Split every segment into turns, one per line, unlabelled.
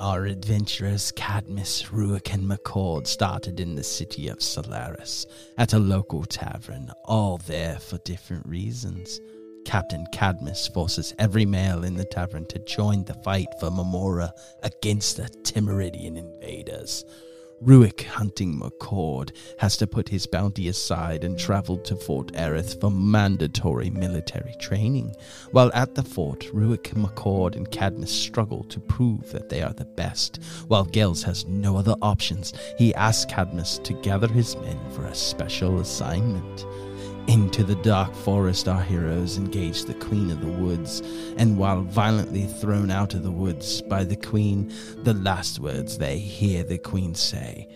our adventurers Cadmus, Ruik, and McCord started in the city of Solaris at a local tavern, all there for different reasons. Captain Cadmus forces every male in the tavern to join the fight for Memora against the Timuridian invaders. Ruik, hunting McCord, has to put his bounty aside and travel to Fort Erith for mandatory military training. While at the fort, Ruik, McCord, and Cadmus struggle to prove that they are the best. While Gels has no other options, he asks Cadmus to gather his men for a special assignment. Into the dark forest, our heroes engage the Queen of the Woods, and while violently thrown out of the woods by the Queen, the last words they hear the Queen say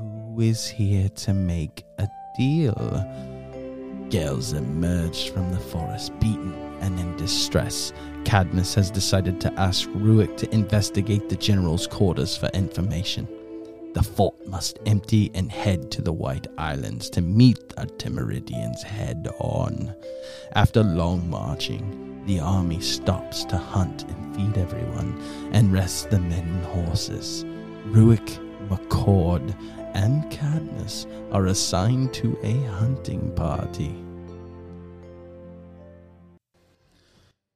Who is here to make a deal? Gales emerged from the forest, beaten and in distress. Cadmus has decided to ask Ruik to investigate the general's quarters for information. The fort must empty and head to the White Islands to meet the Timuridians head on. After long marching, the army stops to hunt and feed everyone and rest the men and horses. Ruik, McCord, and Cadmus are assigned to a hunting party.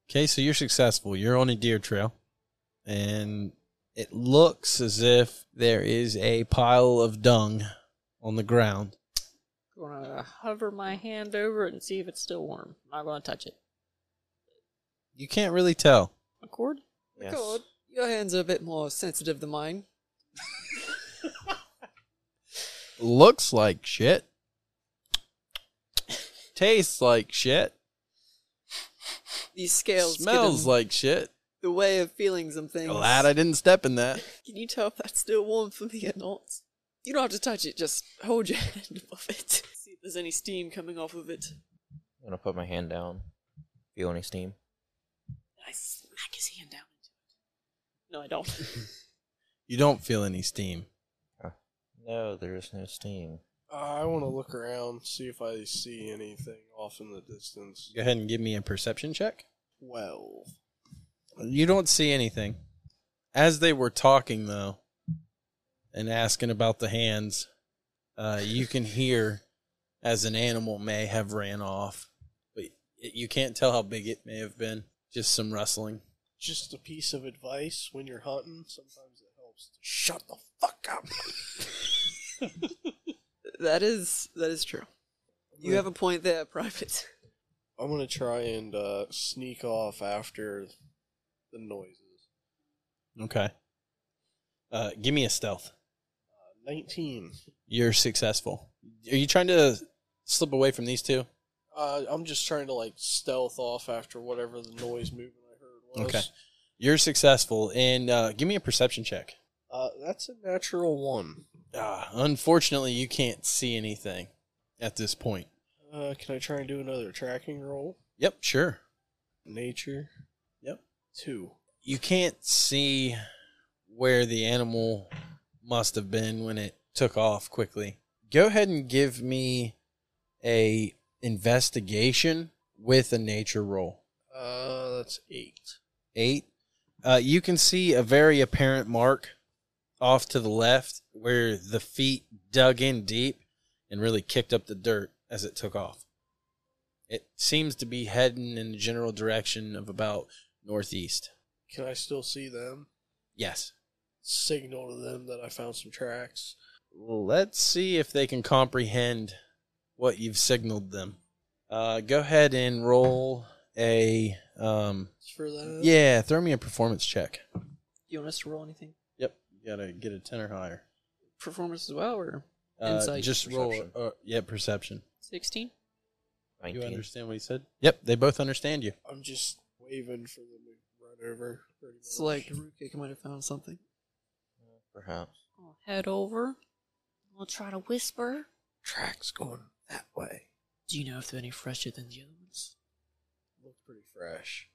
Okay, so you're successful. You're on a deer trail, and it looks as if there is a pile of dung on the ground.
Gonna hover my hand over it and see if it's still warm. Not gonna touch it.
You can't really tell.
McCord?
Yes.
God, your hands are a bit more sensitive than mine.
Looks like shit. Tastes like shit.
These scales get
Smells
in
like shit.
the way of feelings and things.
Glad I didn't step in that.
Can you tell if that's still warm for me or not? You don't have to touch it, just hold your hand above it. See if there's any steam coming off of it.
I'm gonna put my hand down. Feel any steam?
I smack his hand down into it. No, I don't.
You don't feel any steam.
No, there is no steam.
I want to look around, see if I see anything off in the distance.
Go ahead and give me a perception check.
Well,
You don't see anything. As they were talking, though, and asking about the hands, uh, you can hear as an animal may have ran off, but y- you can't tell how big it may have been. Just some rustling.
just a piece of advice when you're hunting, sometimes it helps to shut the fuck up.
that is that is true. You have a point there, Private.
I'm gonna try and uh, sneak off after the noises.
Okay. Uh, give me a stealth.
Nineteen.
You're successful. Are you trying to slip away from these two?
Uh, I'm just trying to like stealth off after whatever the noise movement I heard was.
Okay. You're successful, and uh, give me a perception check.
Uh, that's a natural one.
Uh, unfortunately, you can't see anything at this point.
Uh, can I try and do another tracking roll?
Yep, sure.
Nature.
Yep.
Two.
you can't see where the animal must have been when it took off quickly. Go ahead and give me a investigation with a nature roll.
Uh, that's eight.
Eight. Uh, you can see a very apparent mark off to the left where the feet dug in deep and really kicked up the dirt as it took off. It seems to be heading in the general direction of about northeast.
Can I still see them?
Yes.
Signal to them that I found some tracks.
Let's see if they can comprehend what you've signaled them. Uh, go ahead and roll a. Um,
For that.
yeah, throw me a performance check.
You want us to roll anything?
Yep, you gotta get a ten or higher.
Performance as well, or
Uh,
Insight,
just
perception.
roll. Uh, yeah, perception.
16?
You
19.
understand what he said? Yep, they both understand you.
I'm just waving for them to run over. pretty
It's
much.
like Rukik might have found something.
Perhaps.
I'll head over. I'll try to whisper.
tracks going that way.
Do you know if they're any fresher than the other ones?
Look pretty fresh.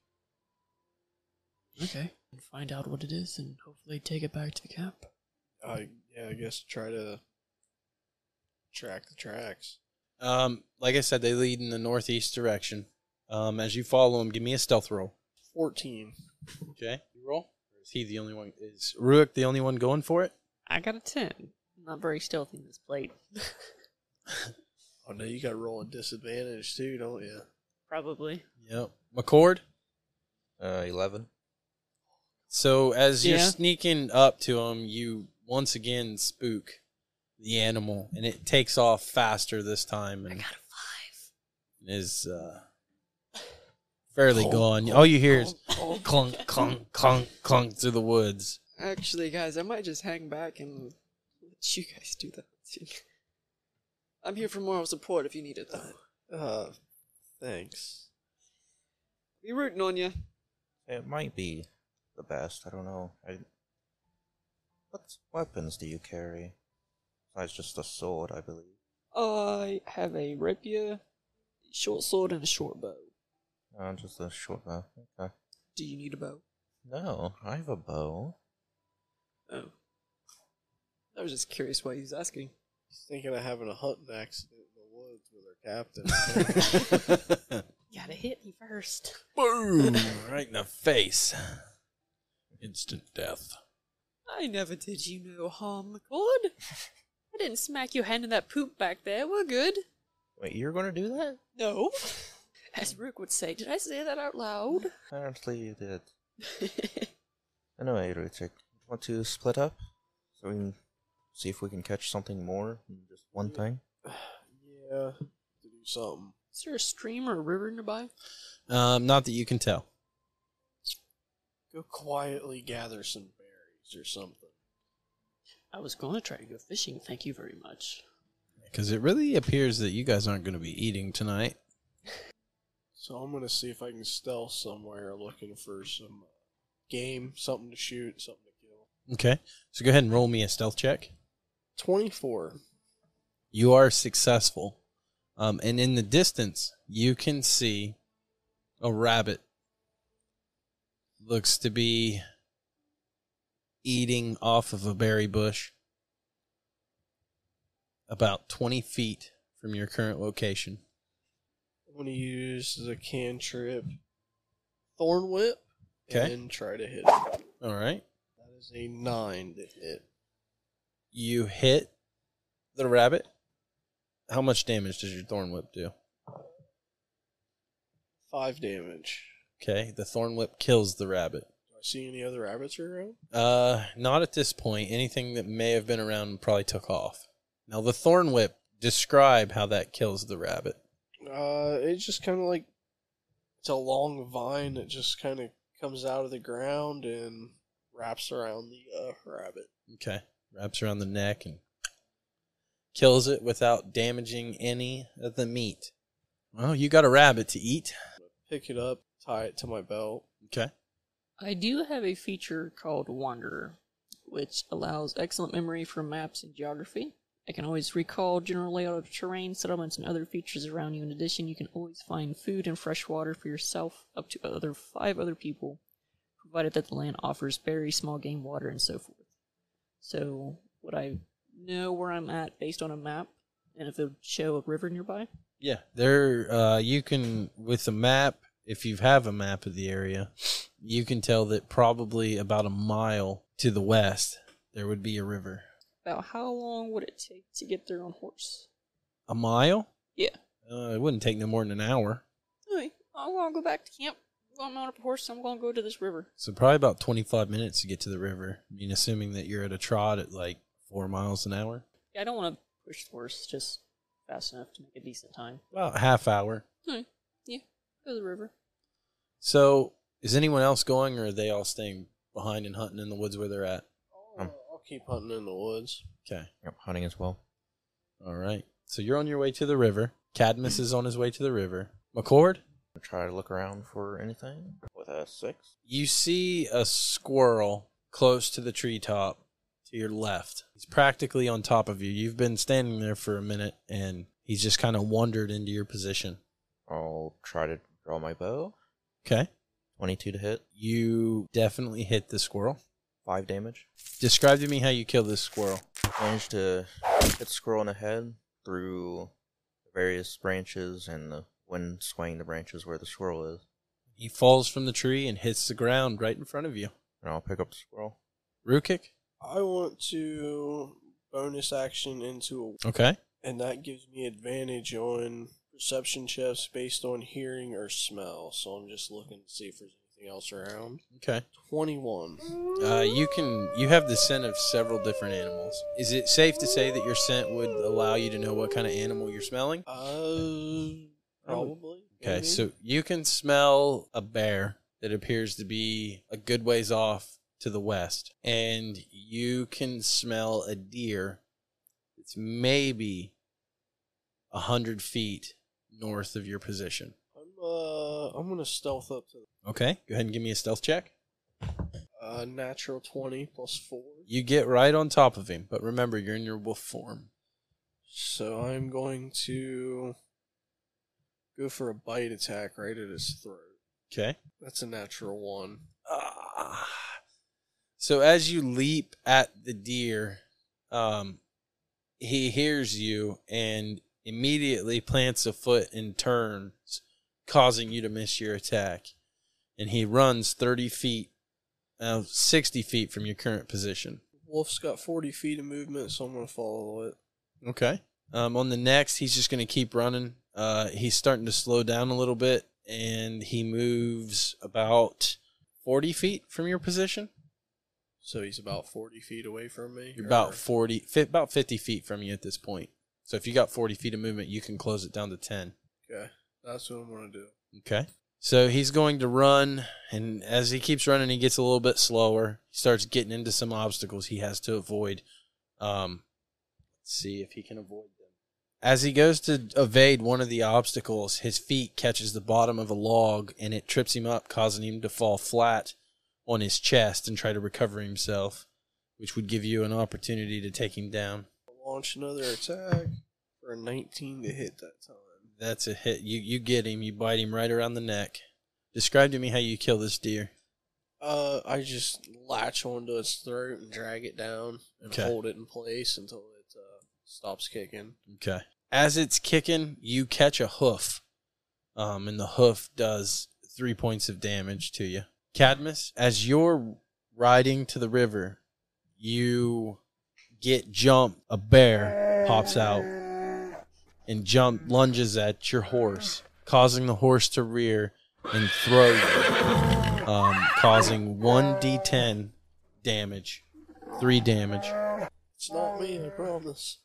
Okay. And find out what it is and hopefully take it back to the camp.
I yeah, I guess try to track the tracks.
Um, like I said, they lead in the northeast direction. Um, as you follow them, give me a stealth roll.
Fourteen.
Okay, you roll. Is he the only one? Is Ruik the only one going for it?
I got a 10. I'm not very stealthy in this plate.
Oh no, you got to roll a disadvantage too, don't you?
Probably.
Yep. McCord.
Uh, 11.
So as you're
Yeah.
sneaking up to him, you once again spook the animal, and it takes off faster this time, and is uh, fairly gone. All you hear is clunk, clunk, clunk, clunk through the woods.
Actually, guys, I might just hang back and let you guys do that. I'm here for moral support if you need it, though.
Uh, thanks.
We rooting on you.
It might be the best. I don't know. I... What weapons do you carry? Besides just a sword, I believe.
I have a rapier, short sword, and a short bow.
Uh, just a short bow. Okay.
Do you need a bow?
No, I have a bow.
Oh. I was just curious why he was asking.
He's thinking of having a hunting accident in the woods with our captain.
gotta hit me first.
Boom! right in the face. Instant death.
I never did you no harm, McCord.
I didn't smack you handing that poop back there. We're good.
Wait, you're gonna do that?
No.
As Rook would say, did I say that out loud?
Apparently you did. Anyway, Richard, want to split up so we can see if we can catch something more than just one thing?
yeah, to do something.
Is there a stream or a river nearby?
Um, not that you can tell.
Go quietly gather some berries or something.
I was gonna try to go fishing, thank you very much.
Because it really appears that you guys aren't going to be eating tonight.
So I'm gonna see if I can stealth somewhere looking for some uh, game, something to shoot, something to kill.
Okay. So go ahead and roll me a stealth check.
Twenty-four.
You are successful. Um, and in the distance, you can see a rabbit. Looks to be eating off of a berry bush about 20 feet from your current location.
I'm gonna use the cantrip, thorn whip,
Okay.
and then try to hit. It. That
All right.
is a nine to hit.
You hit the rabbit. How much damage does your thorn whip do?
Five damage.
Okay, the thorn whip kills the rabbit.
Do I see any other rabbits around?
Uh, not at this point. Anything that may have been around probably took off. Now the thorn whip. Describe how that kills the rabbit.
Uh, it's just kind of like it's a long vine that just kind of comes out of the ground and wraps around the uh, rabbit.
Okay, wraps around the neck and kills it without damaging any of the meat. Well, you got a rabbit to eat.
Pick it up, tie it to my belt.
Okay.
I do have a feature called Wanderer, which allows excellent memory for maps and geography. I can always recall general layout of terrain, settlements, and other features around you. In addition, you can always find food and fresh water for yourself up to other five other people, provided that the land offers berries, small game, water, and so forth. So, would I know where I'm at based on a map, and if it would show a river nearby?
Yeah, there. Uh, you can with a map, if you have a map of the area, you can tell that probably about a mile to the west there would be a river.
About how long would it take to get there on horse?
A mile?
Yeah.
Uh, it wouldn't take no more than an hour.
Anyway, I'm gonna go back to camp. I'm gonna mount up a horse. I'm gonna go to this river.
So probably about twenty-five minutes to get to the river. I mean, assuming that you're at a trot at like four miles an hour,
Yeah, I don't want to push the horse just fast enough to make a decent time.
about a half hour.
Anyway, yeah, go to the river.
So, is anyone else going, or are they all staying behind and hunting in the woods where they're at?
Um.
I'll keep hunting in the woods.
Okay.
Yep, hunting as well.
All right. So you're on your way to the river. Cadmus is on his way to the river. McCord.
Try to look around for anything with a six.
You see a squirrel close to the treetop to your left. He's practically on top of you. You've been standing there for a minute and he's just kind of wandered into your position.
I'll try to draw my bow.
Okay.
22 to hit,
You definitely hit the squirrel.
5 damage.
Describe to me how you kill this squirrel.
Managed to hit the squirrel in the head through the various branches and the wind swaying the branches where the squirrel is.
He falls from the tree and hits the ground right in front of you.
And I'll pick up the squirrel.
Rukik?
I want to bonus action into
Okay.
a, and that gives me advantage on perception checks based on hearing or smell. So I'm just looking to see if there's anything else around.
Okay.
Twenty-one.
Uh, you can you have the scent of several different animals. Is it safe to say that your scent would allow you to know what kind of animal you're smelling?
Uh, probably.
Okay,
maybe.
so you can smell a bear that appears to be a good ways off to the west, and you can smell a deer that's maybe a hundred feet north of your position.
I'm uh, I'm gonna stealth up to
Okay, go ahead and give me a stealth check.
uh, natural twenty plus four.
You get right on top of him, but remember you're in your wolf form.
So I'm going to go for a bite attack right at his throat.
Okay.
That's a natural one.
Ah. So as you leap at the deer, um, he hears you and immediately plants a foot and turns, causing you to miss your attack. And he runs 30 feet, uh, 60 feet from your current position.
Wolf's got forty feet of movement, so I'm gonna follow it.
Okay. Um, on the next, he's just going to keep running. Uh, he's starting to slow down a little bit, and he moves about 40 feet from your position.
So he's about forty feet away from me.
You're
or-
about 40, fi- about 50 feet from you at this point. So if you got 40 feet of movement, you can close it down to 10.
Okay, that's what I'm gonna do.
Okay. So he's going to run, and as he keeps running, he gets a little bit slower. He starts getting into some obstacles he has to avoid. Um, let's see if he can avoid them. As he goes to evade one of the obstacles, his feet catches the bottom of a log, and it trips him up, causing him to fall flat on his chest and try to recover himself, which would give you an opportunity to take him down.
Launch another attack for a nineteen to hit that time.
That's a hit. You you get him. You bite him right around the neck. Describe to me how you kill this deer.
Uh, I just latch onto its throat and drag it down and
Okay.
hold it in place until it uh, stops kicking.
Okay. As it's kicking, you catch a hoof, um, and the hoof does three points of damage to you. Cadmus, as you're riding to the river, you get jumped. A bear pops out and jump lunges at your horse, causing the horse to rear and throw you, um, causing one d10 damage, three damage.
It's not me, I promise.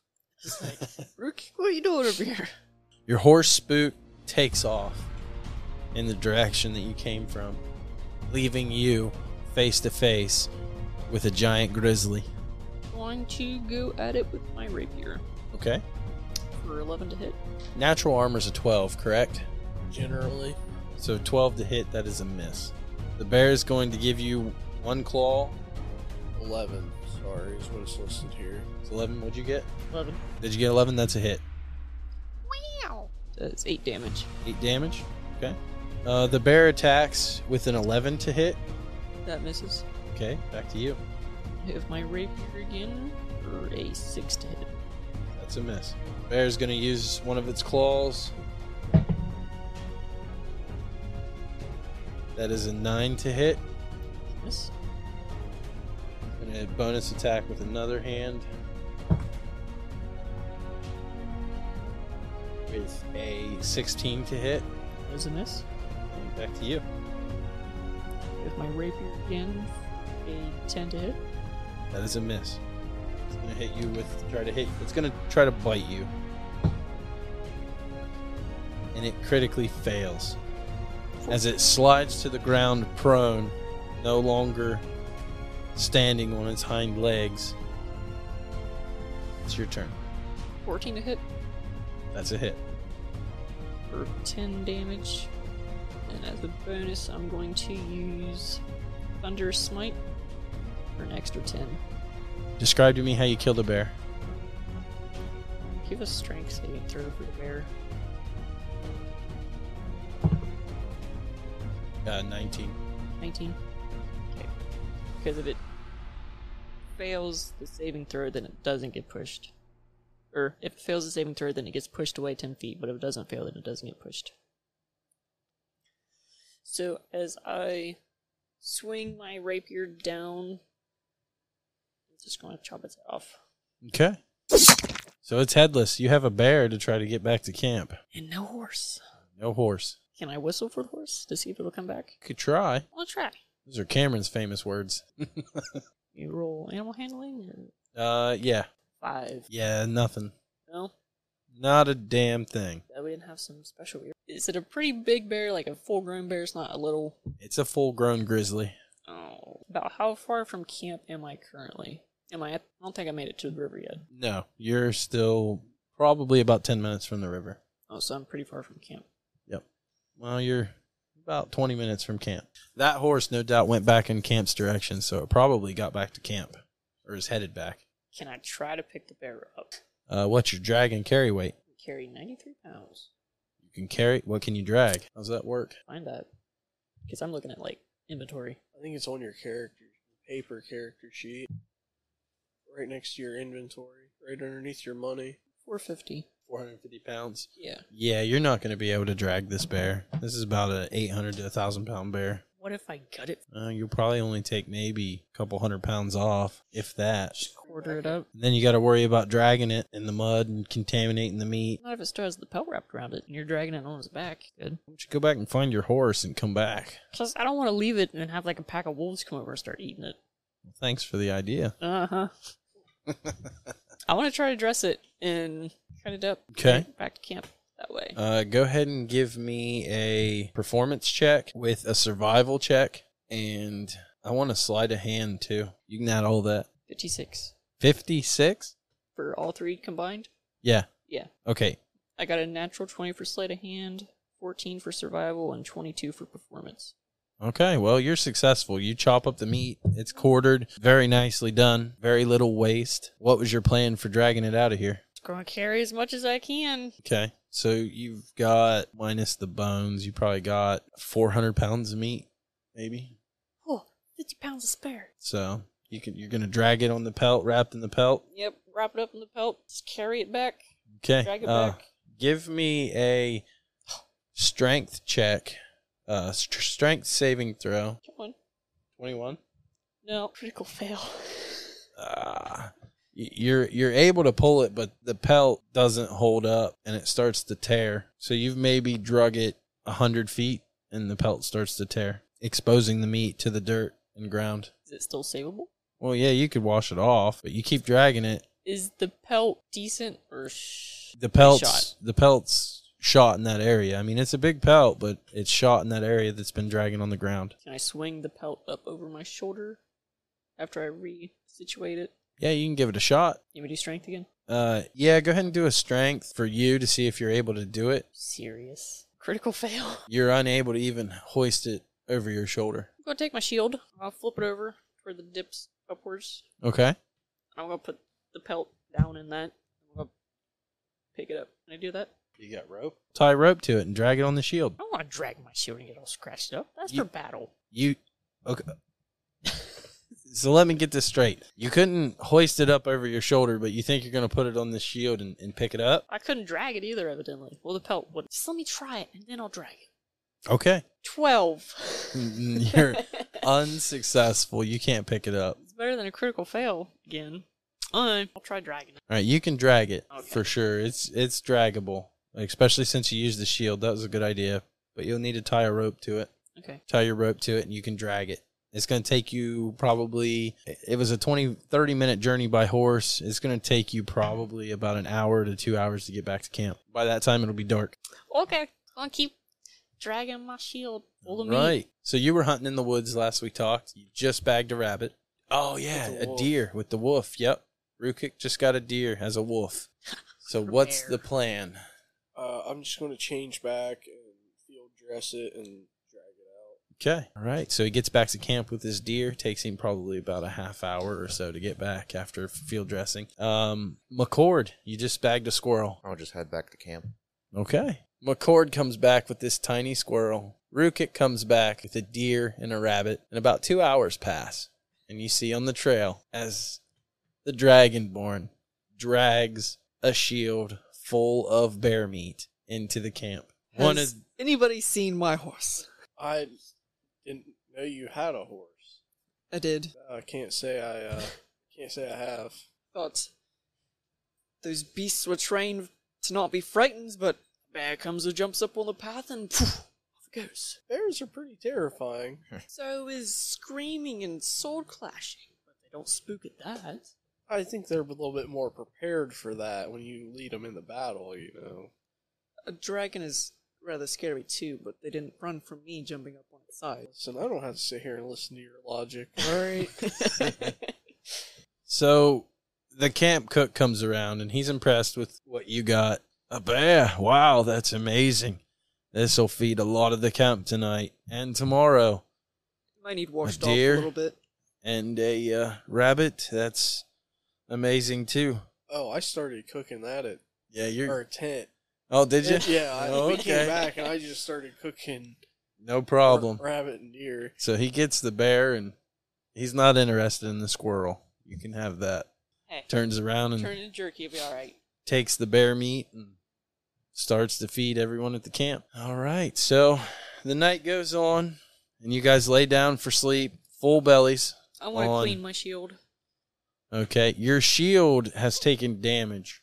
Rookie, what are you doing over here?
Your horse spook takes off in the direction that you came from, leaving you face to face with a giant grizzly.
Going to go at it with my rapier
Okay.
for 11 to hit.
Natural armor's a 12, correct?
Generally,
So 12 to hit, that is a miss. The bear is going to give you one claw.
eleven. Sorry, is what it's listed here.
It's 11, what'd you get?
11.
Did you get 11? That's a hit.
That's 8 damage.
8 damage. Okay. Uh, the bear attacks with an 11 to hit.
That misses.
Okay, back to you.
Hit with my rapier again for a 6 to hit.
That's a miss. Bear's going to use one of its claws. That is a 9 to hit.
Miss.
And a bonus attack with another hand. With a 16 to hit.
That is a miss.
And back to you.
Hit with my rapier again for a 10 to hit.
That is a miss. It's going to hit you with. Try to hit. It's going to try to bite you. And it critically fails. as it slides to the ground prone, no longer standing on its hind legs. It's your turn.
14 to hit
That's a hit.
for 10 damage. And as a bonus, I'm going to use Thunder Smite for an extra 10.
Describe to me how you killed a bear.
Give us strength saving throw for the bear.
Uh, 19.
19. Okay. Because if it fails the saving throw, then it doesn't get pushed. Or if it fails the saving throw, then it gets pushed away 10 feet, but if it doesn't fail, then it doesn't get pushed. So as I swing my rapier down. I'm just going to chop its head off.
Okay. So it's headless. You have a bear to try to get back to camp.
And no horse.
No horse.
Can I whistle for the horse to see if it'll come back?
Could try.
I'll try.
Those are Cameron's famous words.
You roll animal handling or
Uh, yeah.
five.
Yeah, nothing.
No,
Not a damn thing.
that we didn't have some special. Is it a pretty big bear, like a full-grown bear? It's not a little.
It's a full grown grizzly.
Oh, about how far from camp am I currently? Am I? At, I don't think I made it to the river yet.
No, you're still probably about 10 minutes from the river.
Oh, so I'm pretty far from camp.
Well, you're about 20 minutes from camp. That horse, no doubt, went back in camp's direction, so it probably got back to camp or is headed back.
Can I try to pick the bear up?
Uh, what's your drag and carry weight?
I carry 93 pounds.
You can carry. What can you drag? How's that work?
Find that, because I'm looking at like inventory.
I think it's on your character paper character sheet, right next to your inventory, right underneath your money.
450.
450 pounds.
Yeah.
Yeah, you're not going to be able to drag this bear. This is about a 800 to 1,000 pound bear.
What if I gut it,
Uh, you'll probably only take maybe a couple hundred pounds off, if that.
quarter it up?
And then you got to worry about dragging it in the mud and contaminating the meat.
Not if it still has the pelt wrapped around it and you're dragging it on its back. Good.
Why don't you go back and find your horse and come back?
Plus, I don't want to leave it and have like a pack of wolves come over and start eating it.
Thanks for the idea.
Uh huh. I want to try to dress it and cut it up.
Okay.
Back to camp that way.
Uh, go ahead and give me a performance check with a survival check. And I want to slide a hand too. You can add all that.
56
56?
for all three combined.
Yeah.
Yeah.
Okay.
I got a natural 20 for sleight of hand, 14 for survival, and 22 for performance.
Okay. Well, you're successful. You chop up the meat. It's quartered. Very nicely done. Very little waste. What was your plan for dragging it out of here?
Just gonna carry as much as I can.
Okay. So you've got, minus the bones, you probably got 400 pounds of meat, maybe.
Oh, 50 pounds of spare.
So you can, you're going to drag it on the pelt, wrapped in the pelt.
Yep, wrap it up in the pelt, just carry it back,
Okay.
drag it
uh,
back.
Give me a strength check, uh, st- strength saving throw.
Come on.
21.
No, critical fail.
Uh, you're you're able to pull it, but the pelt doesn't hold up and it starts to tear. So you've maybe drug it a hundred feet and the pelt starts to tear, exposing the meat to the dirt and ground.
Is it still savable?
Well, yeah, you could wash it off, but you keep dragging it.
Is the pelt decent or sh-
The pelts
shot?
the pelts shot in that area. I mean, it's a big pelt, but it's shot in that area that's been dragging on the ground.
Can I swing the pelt up over my shoulder after I resituate it?
Yeah, you can give it a shot.
You want me to do strength again?
Uh, yeah, go ahead and do a strength for you to see if you're able to do it.
Serious. Critical fail. I'm
You're unable to even hoist it over your shoulder.
gonna take my shield. I'll flip it over toward the dips upwards.
Okay.
I'm gonna put the pelt down in that. I'm gonna pick it up. Can I do that?
You got rope? Tie rope to it and drag it on the shield.
I don't want to drag my shield and get all scratched up. That's
You-
for battle.
You okay? so let me get this straight. You couldn't hoist it up over your shoulder, but you think you're gonna put it on the shield and, and pick it up?
I couldn't drag it either, evidently. Well, the pelt would. Just let me try it, and then I'll drag it.
Okay. Mm,
Twelve.
Hmm. you're unsuccessful. You can't pick it up.
It's better than a critical fail again. Fine. I'll try dragging it.
All right, you can drag it
Okay.
for sure. It's it's draggable, like, especially since you used the shield. That was a good idea, but you'll need to tie a rope to it.
Okay.
Tie your rope to it, and you can drag it. It's going to take you probably. It was a 20, 30 minute journey by horse. It's going to take you probably about an hour to two hours to get back to camp. By that time, it'll be dark.
Okay. I'll keep dragging my shield. Full of meat.
Right. So you were hunting in the woods last we talked. You just bagged a rabbit. Oh yeah,
With the
a
wolf.
deer with the wolf. Yep. Rukik just got a deer as a wolf. So what's
Prepare.
the plan?
Uh, I'm just going to change back and field dress it and drag it out.
Okay. All right. So he gets back to camp with his deer. Takes him probably about a half hour or so to get back after field dressing. Um, McCord, you just bagged a squirrel.
I'll just head back to camp.
Okay. McCord comes back with this tiny squirrel. Rukit comes back with a deer and a rabbit. And about two hours pass. And you see on the trail as the dragonborn drags a shield full of bear meat into the camp. One
Has
of
anybody seen my horse?
I didn't No, you had a horse.
I did.
I can't say I uh, can't say I have.
But those beasts were trained to not be frightened, but a bear comes or jumps up on the path and phew, off it goes.
Bears are pretty terrifying.
So is screaming and sword clashing, but they don't spook at that.
I think they're a little bit more prepared for that when you lead them in the battle. You know,
A dragon is rather scary too, but they didn't run from me jumping up on its side.
listen, I don't have to sit here and listen to your logic. All right.
So the camp cook comes around and he's impressed with what you got. A bear. Wow, that's amazing. This'll feed a lot of the camp tonight and tomorrow.
Might need washed off a
deer?
little bit.
And a uh, rabbit. That's amazing too.
oh, I started cooking that at
Yeah, you're.
our tent.
Oh, did you?
Yeah, I,
Oh,
we
okay.
came back and I just started cooking
No problem.
rabbit and deer.
So he gets the bear and he's not interested in the squirrel. You can have that.
Hey,
Turns around and
turn it into jerky. You'll be all right.
takes the bear meat and starts to feed everyone at the camp. All right. So the night goes on and you guys lay down for sleep, full bellies.
I want to
On.
clean my shield.
Okay. Your shield has taken damage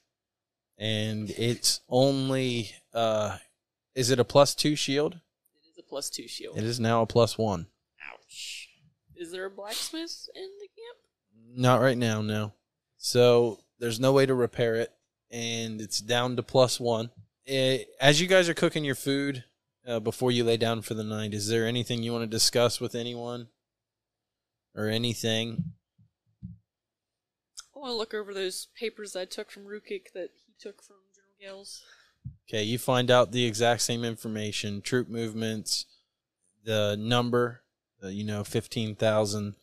and it's only uh is it a plus 2 shield?
It is a plus two shield.
It is now a plus 1.
Ouch. Is there a blacksmith in the camp?
Not right now, no. So there's no way to repair it, and it's down to plus one. Eh, as you guys are cooking your food uh, before you lay down for the night, is there anything you want to discuss with anyone or anything?
Oh, I want to look over those papers I took from Rukik that he took from General Gales.
Okay, you find out the exact same information: troop movements, the number, uh, you know, fifteen thousand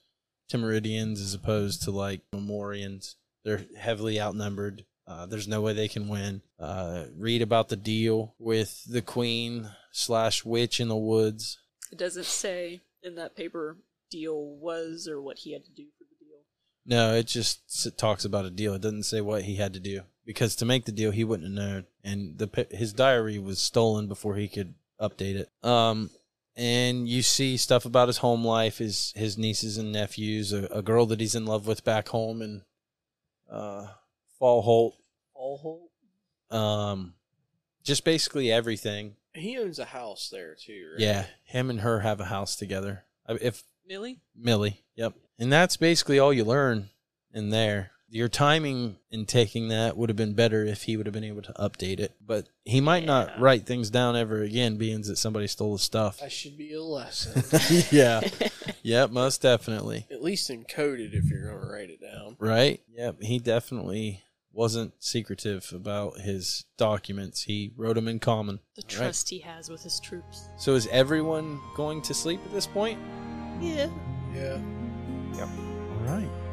Timuridians as opposed to like Memorians. They're heavily outnumbered. Uh, there's no way they can win. Uh, read about the deal with the queen slash witch in the woods.
It doesn't say in that paper deal was or what he had to do for the deal.
No, it just s- talks about a deal. It doesn't say what he had to do because to make the deal, he wouldn't have known, and the pa- his diary was stolen before he could update it. Um, and you see stuff about his home life, his his nieces and nephews, a, a girl that he's in love with back home in uh, Fallholt.
All
Um, just basically everything.
he owns a house there too. Right?
Yeah, him and her have a house together. I- If
Millie?
Millie. Yep. And that's basically all you learn in there. Your timing in taking that would have been better if he would have been able to update it, but he might not
Yeah.
write things down ever again, being that somebody stole his stuff.
I should be a lesson.
yeah. Yep. Most definitely.
At least encode it if you're gonna write it down.
Right. Yep. He definitely wasn't secretive about his documents. He wrote them in common.
The
All right.
trust he has with his troops.
So is everyone going to sleep at this point?
Yeah.
Yeah.
All right.